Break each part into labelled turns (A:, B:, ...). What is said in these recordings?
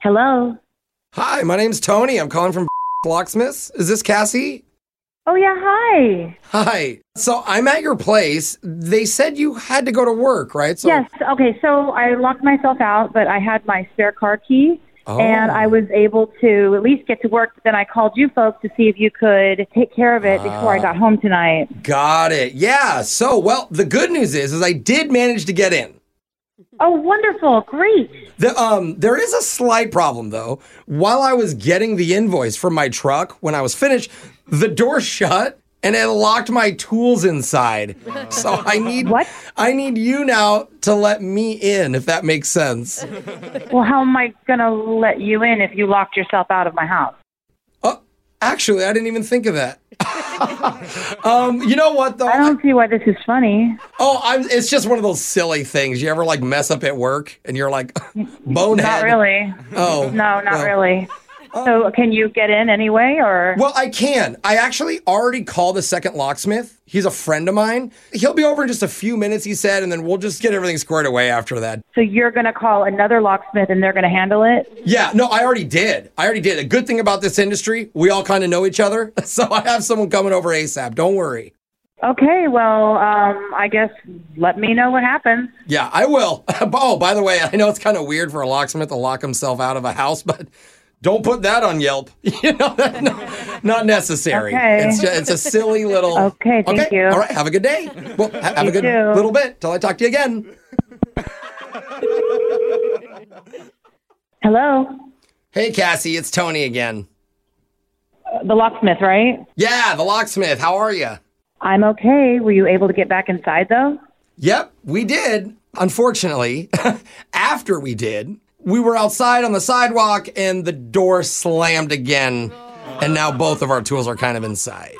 A: Hello.
B: Hi, my name's Tony. I'm calling from Locksmiths. Is this Cassie?
A: Oh yeah, hi.
B: Hi. So I'm at your place. They said you had to go to work, right? So,
A: Yes. Okay, so I locked myself out, but I had my spare car key
B: Oh.
A: and I was able to at least get to work. Then I called you folks to see if you could take care of it
B: Ah.
A: before I got home tonight.
B: Got it. Yeah. So, well, the good news is, is I did manage to get in.
A: Oh, wonderful. Great.
B: The, um, there is a slight problem though. While I was getting the invoice from my truck, when I was finished, the door shut and it locked my tools inside. So I need
A: What?
B: I need you now to let me in, if that makes sense.
A: Well, how am I going to let you in if you locked yourself out of my house?
B: Oh, actually, I didn't even think of that. um, you know what though?
A: I don't see why this is funny.
B: oh, I'm, it's just one of those silly things. You ever like mess up at work and you're like, bonehead?
A: Not really.
B: Oh
A: No, not
B: well. Oh.
A: really. So, can you get in anyway or
B: Well, I can. I actually already called the second locksmith. He's a friend of mine. He'll be over in just a few minutes, he said, and then we'll just get everything squared away after that.
A: so you're going to call another locksmith and they're going to handle it?
B: Yeah, no, I already did. I already did. A good thing about this industry, we all kind of know each other. So I have someone coming over ASAP. Don't worry.
A: Okay, well, um, I guess let me know what happens.
B: Yeah, I will. Oh, by the way, I know it's kind of weird for a locksmith to lock himself out of a house, but don't put that on Yelp. You know, that's not, not necessary.
A: Okay.
B: It's, just, it's a silly little.
A: Okay, thank you.
B: All right, have a good day. Well, ha- have a good
A: too.
B: little bit till I talk to you again.
A: Hello,
B: Hey, Cassie, it's Tony again.
A: the locksmith, right?
B: Yeah, the locksmith. How are you?
A: I'm okay. Were you able to get back inside though?
B: Yep, we did. Unfortunately, after we did, we were outside on the sidewalk and the door slammed again. And now both of our tools are kind of inside.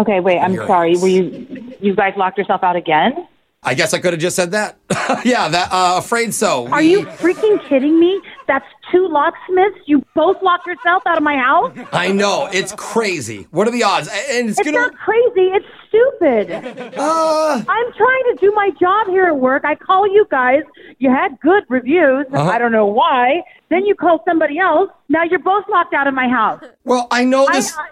A: Okay, wait. I'm
B: You're
A: sorry.
B: right.
A: Were you you guys locked yourself out again?
B: I guess I could have just said that. yeah, that uh, afraid so.
C: Are you freaking kidding me? That's two locksmiths. You both locked yourself out of my house.
B: I know it's crazy. What are the odds? And it's,
C: It's
B: gonna.
C: not crazy. It's stupid.
B: uh,
C: I'm trying to do my job here at work. I call you guys. You had good reviews. I don't know why. Then you call somebody else. Now you're both locked out of my house.
B: well, I know
C: I,
B: this.
C: I,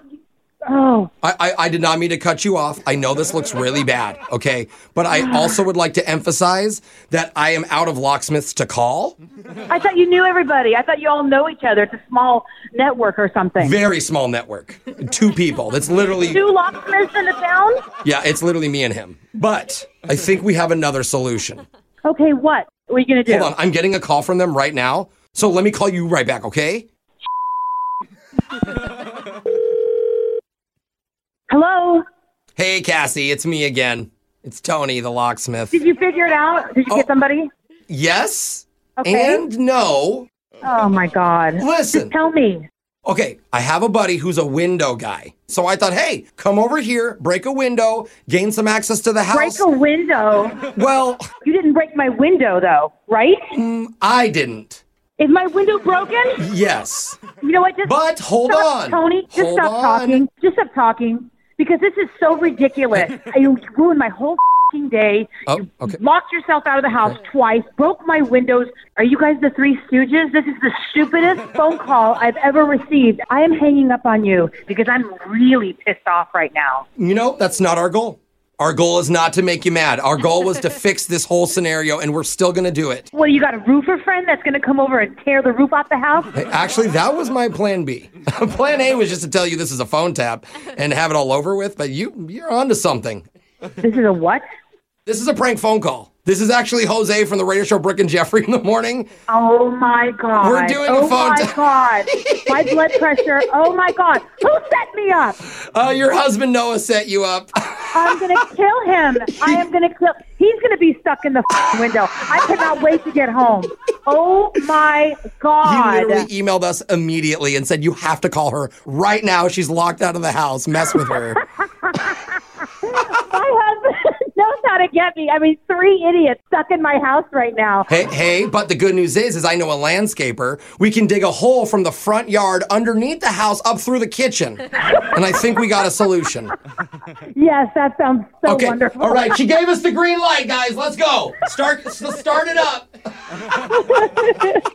C: oh,
B: I, I, I did not mean to cut you off. I know this looks really bad, okay? But I also would like to emphasize that I am out of locksmiths to call.
C: I thought you knew everybody. I thought you all know each other. It's a small network or something.
B: Very small network. Two people. That's literally,
C: Two locksmiths in the town?
B: yeah, it's literally me and him. But I think we have another solution.
C: Okay, what? What are you going to do?
B: Hold on, I'm getting a call from them right now. So let me call you right back, okay?
C: Hello?
B: Hey, Cassie, it's me again. It's Tony, the locksmith.
C: Did you figure it out? Did you
B: Oh.
C: get somebody?
B: Yes
C: Okay.
B: and no.
C: Oh my God.
B: Listen.
C: Tell me.
B: Okay, I have a buddy who's a window guy. So I thought, hey, come over here, break a window, gain some access to the
C: Break
B: house.
C: a window.
B: well,
C: You didn't break my window though, right?
B: Mm. I didn't.
C: Is my window broken?
B: Yes.
C: You know what? Just
B: But hold
C: stop,
B: on.
C: Tony. Just
B: Hold
C: stop
B: on.
C: talking. Just stop talking because this is so ridiculous. you ruined my whole fing day.
B: Oh,
C: you
B: okay.
C: locked yourself out of the house twice. Broke my windows. Are you guys the Three Stooges? This is the stupidest phone call I've ever received. I am hanging up on you because I'm really pissed off right now.
B: You know, that's not our goal. Our goal is not to make you mad. Our goal was to fix this whole scenario, and we're still going to do it.
C: What, you got a roofer friend that's going to come over and tear the roof off the house?
B: Actually, that was my plan B. plan A was just to tell you this is a phone tap and have it all over with, but you, you're onto something.
C: This is a what?
B: This is a prank phone call. This is actually Jose from the radio show Brick and Jeffrey in the morning.
C: Oh my God.
B: We're doing a
C: oh
B: phone
C: my
B: t-
C: God. My blood pressure. Oh my God. Who set me up?
B: Uh, your husband Noah set you up.
C: I'm going to kill him. I am going to kill. He's going to be stuck in the f- window. I cannot wait to get home. Oh my
B: He
C: God.
B: literally emailed us immediately and said, You have to call her right now. She's locked out of the house. Mess with her.
C: My husband knows how to get me. I mean, three idiots stuck in my house right now.
B: hey, hey, but the good news is, is I know a landscaper. We can dig a hole from the front yard underneath the house up through the kitchen. And I think we got a solution.
C: Yes, that sounds so
B: Okay.
C: Oh, wonderful.
B: All right. She gave us the green light, guys. Let's go. Start, s- start it up.